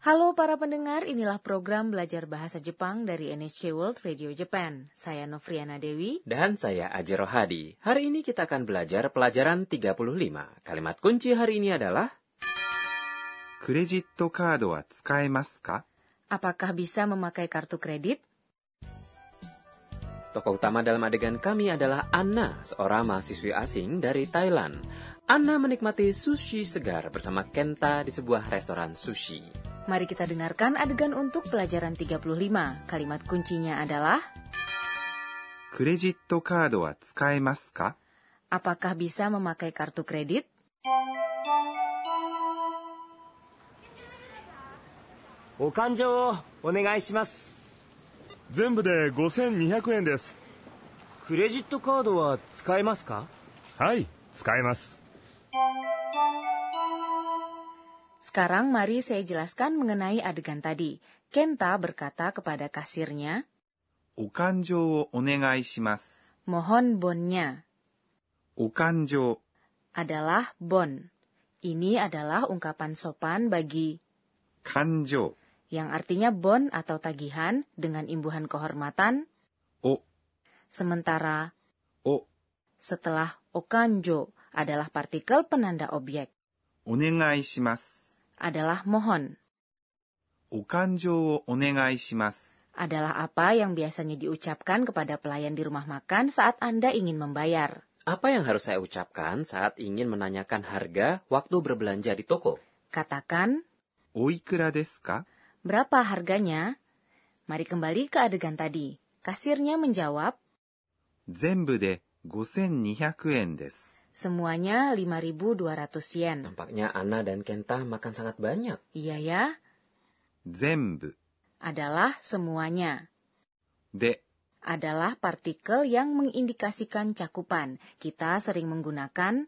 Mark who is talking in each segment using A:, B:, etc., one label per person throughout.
A: Halo para pendengar, inilah program belajar bahasa Jepang dari NHK World Radio Japan. Saya Novriana Dewi.
B: Dan saya Aji Rohadi. Hari ini kita akan belajar pelajaran 35. Kalimat kunci hari ini adalah
C: クレジットカードは使えますか
A: Apakah bisa memakai kartu kredit?
B: Tokoh utama dalam adegan kami adalah Anna, seorang mahasiswi asing dari Thailand. Anna menikmati sushi segar bersama Kenta di sebuah restoran sushi.
A: Mari kita dengarkan adegan untuk pelajaran 35. Kalimat kuncinya adalah,
C: クレジットカードは使えますか
A: apakah bisa memakai kartu kredit? Sekarang mari saya jelaskan mengenai adegan tadi. Kenta berkata kepada kasirnya,
C: お勘定をお願いします。
A: mohon bonnya
C: お勘定、
A: adalah bon. Ini adalah ungkapan sopan bagi
C: 勘定、
A: yang artinya bon atau tagihan dengan imbuhan kehormatan,
C: お、
A: sementara
C: お、
A: setelah okanjo adalah partikel penanda objek,
C: お願いします。
A: adalah mohon,
C: お勘定をお願いします。
A: adalah apa yang biasanya diucapkan kepada pelayan di rumah makan saat Anda ingin membayar.
B: Apa yang harus saya ucapkan saat ingin menanyakan harga waktu berbelanja di toko?
A: Katakan,
C: おいくらですか
A: berapa harganya? Mari kembali ke adegan tadi. Kasirnya menjawab,
C: 全部で5200円です。
A: semuanya 5.200 yen.
B: Nampaknya Anna dan Kenta makan sangat banyak.
A: Iya ya,
C: 全部
A: adalah semuanya.
C: で
A: adalah partikel yang mengindikasikan cakupan. Kita sering menggunakan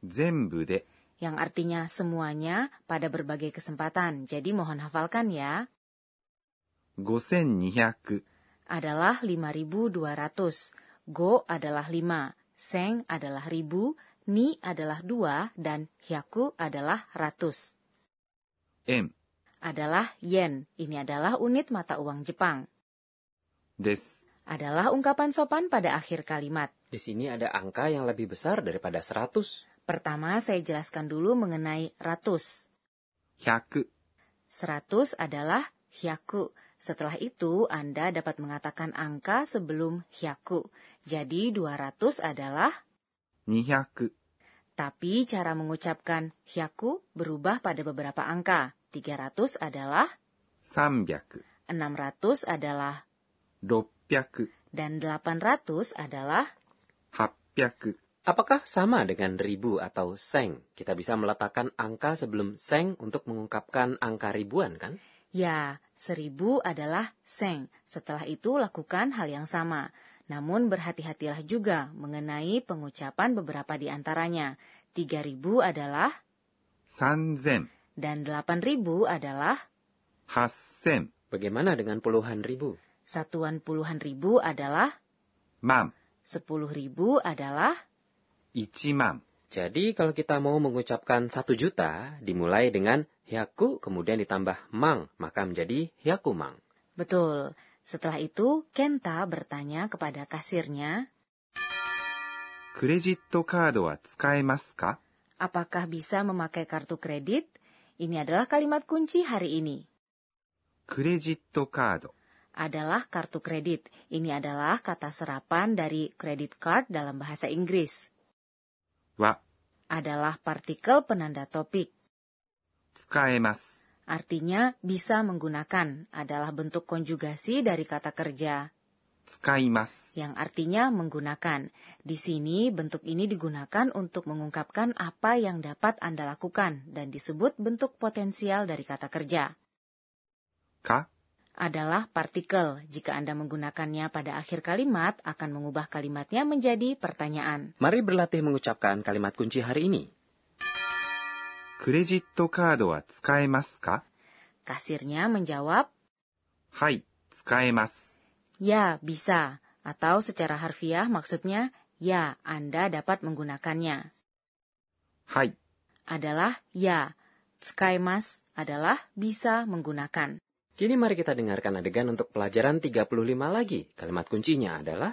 C: 全部で
A: yang artinya semuanya pada berbagai kesempatan. Jadi mohon hafalkan ya.
C: 5200
A: Adalah 5200. Go adalah 5, seng adalah 1000, ni adalah 2 dan hyaku adalah 100.
C: 円
A: Adalah yen. Ini adalah unit mata uang Jepang.
C: です。
A: Adalah ungkapan sopan pada akhir kalimat.
B: Di sini ada angka yang lebih besar daripada 100.
A: Pertama saya jelaskan dulu mengenai ratus.
C: 100、
A: 100 adalah hyaku. Setelah itu, Anda dapat mengatakan angka sebelum hyaku. Jadi, 200 adalah,
C: 200、
A: tapi cara mengucapkan hyaku berubah pada beberapa angka. 300 adalah,
C: 300、
A: 600 adalah,
C: 600、
A: dan 800 adalah.
C: 800。
B: Apakah sama dengan ribu atau seng? Kita bisa meletakkan angka sebelum seng untuk mengungkapkan angka ribuan, kan?
A: Ya, 1000 adalah seng. Setelah itu, lakukan hal yang sama. Namun berhati-hatilah juga mengenai pengucapan beberapa di antaranya. 3000 adalah,
C: 3000、
A: dan 8000 adalah
C: 8000、
B: Bagaimana dengan puluhan ribu?
A: satuan puluhan ribu adalah
C: 万、
A: sepuluh ribu adalah
C: 1万、
B: Jadi kalau kita mau mengucapkan satu juta, dimulai dengan hyaku, kemudian ditambah mang, maka menjadi hyaku mang.
A: betul. Setelah itu Kenta bertanya kepada kasirnya,
C: クレジットカードは使えますか
A: apakah bisa memakai kartu kredit? Ini adalah kalimat kunci hari ini.
C: クレジットカード、
A: Adalah kartu kredit. Ini adalah kata serapan dari credit card dalam bahasa Inggris.
C: は
A: Adalah partikel penanda topik.
C: 使えます。
A: Artinya bisa menggunakan adalah bentuk konjugasi dari kata kerja
C: 使います。
A: yang artinya menggunakan. Di sini, bentuk ini digunakan untuk mengungkapkan apa yang dapat Anda lakukan dan disebut bentuk potensial dari kata kerja.
C: か
A: Adalah partikel. Jika Anda menggunakannya pada akhir kalimat, akan mengubah kalimatnya menjadi pertanyaan.
B: Mari berlatih mengucapkan kalimat kunci hari ini.
C: クレジットカードは使えますか
A: Kasirnya menjawab,
C: はい、使えます。
A: ya bisa. Atau secara harfiah maksudnya, ya Anda dapat menggunakannya.
C: はい、
A: Adalah ya. Tsukai mas adalah bisa menggunakan.
B: Kini mari kita dengarkan adegan untuk pelajaran 35 lagi. Kalimat kuncinya adalah,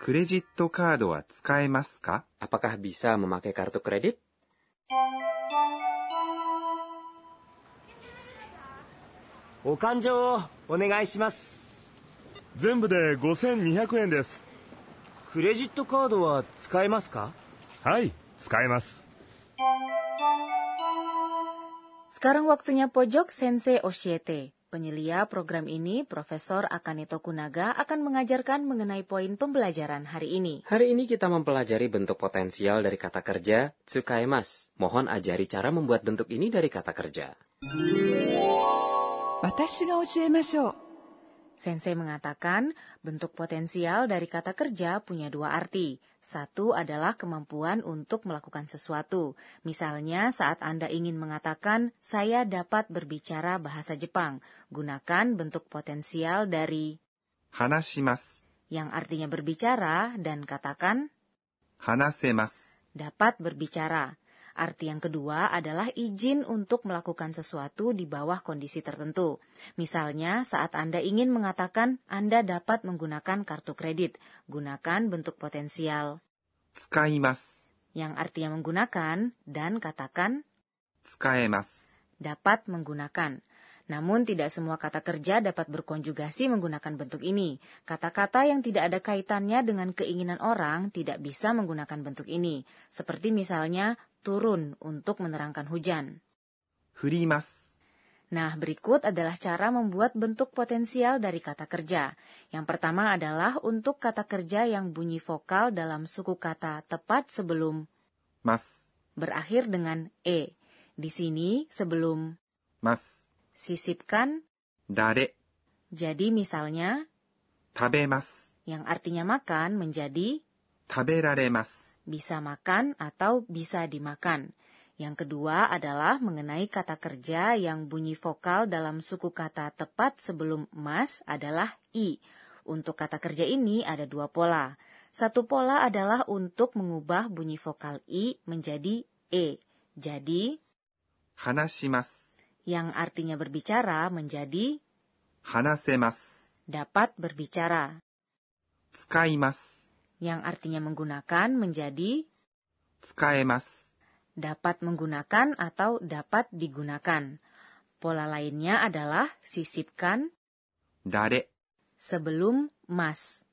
C: クレジットカードは使えますか
B: apakah bisa memakai kartu kredit?
D: 「お勘定をお願いします
E: 全部で5200円です」
D: 「クレジットカードは使えますか?
E: はい使えます
A: Sekarang waktunya pojok Sensei Oshiete. Penyelia program ini, Profesor Akaneto Kunaga akan mengajarkan mengenai poin pembelajaran hari ini.
B: Hari ini kita mempelajari bentuk potensial dari kata kerja tsukaimas. Mohon ajari cara membuat bentuk ini dari kata kerja.
F: 私が教えましょう
A: Sensei mengatakan, bentuk potensial dari kata kerja punya dua arti. Satu adalah kemampuan untuk melakukan sesuatu. Misalnya, saat Anda ingin mengatakan, saya dapat berbicara bahasa Jepang. Gunakan bentuk potensial dari
C: 話します。
A: yang artinya berbicara dan katakan
C: 話せます。
A: dapat berbicara. Arti yang kedua adalah izin untuk melakukan sesuatu di bawah kondisi tertentu. Misalnya, saat Anda ingin mengatakan Anda dapat menggunakan kartu kredit, gunakan bentuk potensial
C: 使います。
A: yang artinya menggunakan dan katakan
C: 使えます。
A: dapat menggunakan. Namun tidak semua kata kerja dapat berkonjugasi menggunakan bentuk ini. Kata-kata yang tidak ada kaitannya dengan keinginan orang tidak bisa menggunakan bentuk ini. Seperti misalnya turun untuk menerangkan hujan.
C: 振ります。
A: Nah, berikut adalah cara membuat bentuk potensial dari kata kerja. Yang pertama adalah untuk kata kerja yang bunyi vokal dalam suku kata tepat sebelum
C: ます。
A: berakhir dengan e. Di sini sebelum
C: ます。
A: sisipkan
C: 誰、
A: Jadi misalnya,
C: 食べます。
A: yang artinya makan menjadi
C: 食べられます。
A: bisa makan atau bisa dimakan. Yang kedua adalah mengenai kata kerja yang bunyi vokal dalam suku kata tepat sebelum mas adalah i. Untuk kata kerja ini ada dua pola. Satu pola adalah untuk mengubah bunyi vokal i menjadi e. Jadi,
C: 話します。
A: yang artinya berbicara menjadi
C: 話せます。
A: dapat berbicara.
C: 使います。
A: Yang artinya menggunakan menjadi
C: 使えます。
A: dapat menggunakan atau dapat digunakan. Pola lainnya adalah sisipkan
C: 誰、
A: sebelum mas,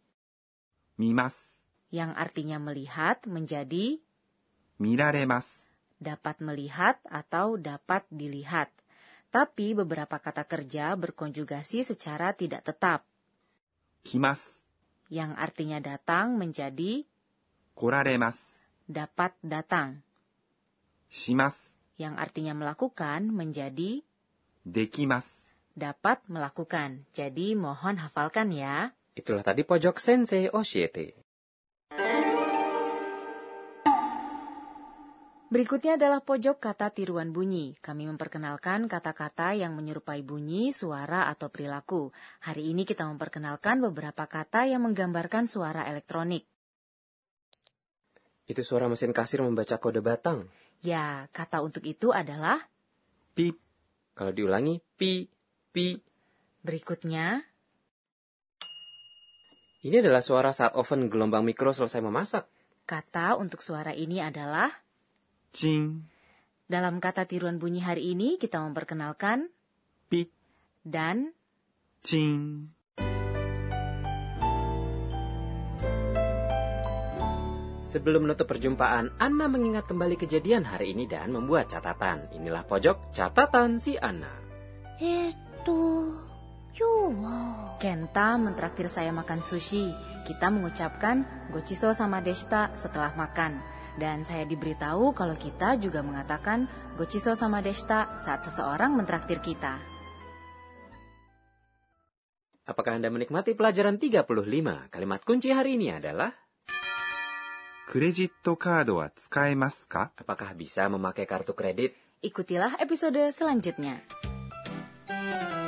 C: 見ます。
A: yang artinya melihat menjadi
C: 見られます。
A: dapat melihat atau dapat dilihat. Tapi beberapa kata kerja berkonjugasi secara tidak tetap,
C: 来ます。
A: yang artinya datang menjadi
C: 来られます。
A: dapat datang,
C: します。
A: yang artinya melakukan menjadi
C: できます。
A: dapat melakukan. Jadi mohon hafalkan ya.
B: Itulah tadi pojok sensei Oshiete.
A: Berikutnya adalah pojok kata tiruan bunyi. Kami memperkenalkan kata-kata yang menyerupai bunyi, suara, atau perilaku. Hari ini kita memperkenalkan beberapa kata yang menggambarkan suara elektronik.
B: Itu suara mesin kasir membaca kode batang.
A: Ya, kata untuk itu adalah
C: ピッ、
B: Kalau diulangi, pi, pi.
A: berikutnya.
B: Ini adalah suara saat oven gelombang mikro selesai memasak.
A: Kata untuk suara ini adalah
C: チン、
A: dalam kata tiruan bunyi hari ini kita memperkenalkan
C: ピッ、
A: dan
C: チン。
B: Sebelum menutup perjumpaan, Anna mengingat kembali kejadian hari ini dan membuat catatan. Inilah pojok catatan si Anna.
G: えーっと今日は
A: Kenta mentraktir saya makan sushi. Kita mengucapkan gochiso sama deshita setelah makan. Dan saya diberitahu kalau kita juga mengatakan gochiso sama deshita saat seseorang mentraktir kita.
B: Apakah Anda menikmati pelajaran 35? Kalimat kunci hari ini adalah,
C: クレジットカードは使えますか
B: apakah bisa memakai kartu kredit?
A: Ikutilah episode selanjutnya.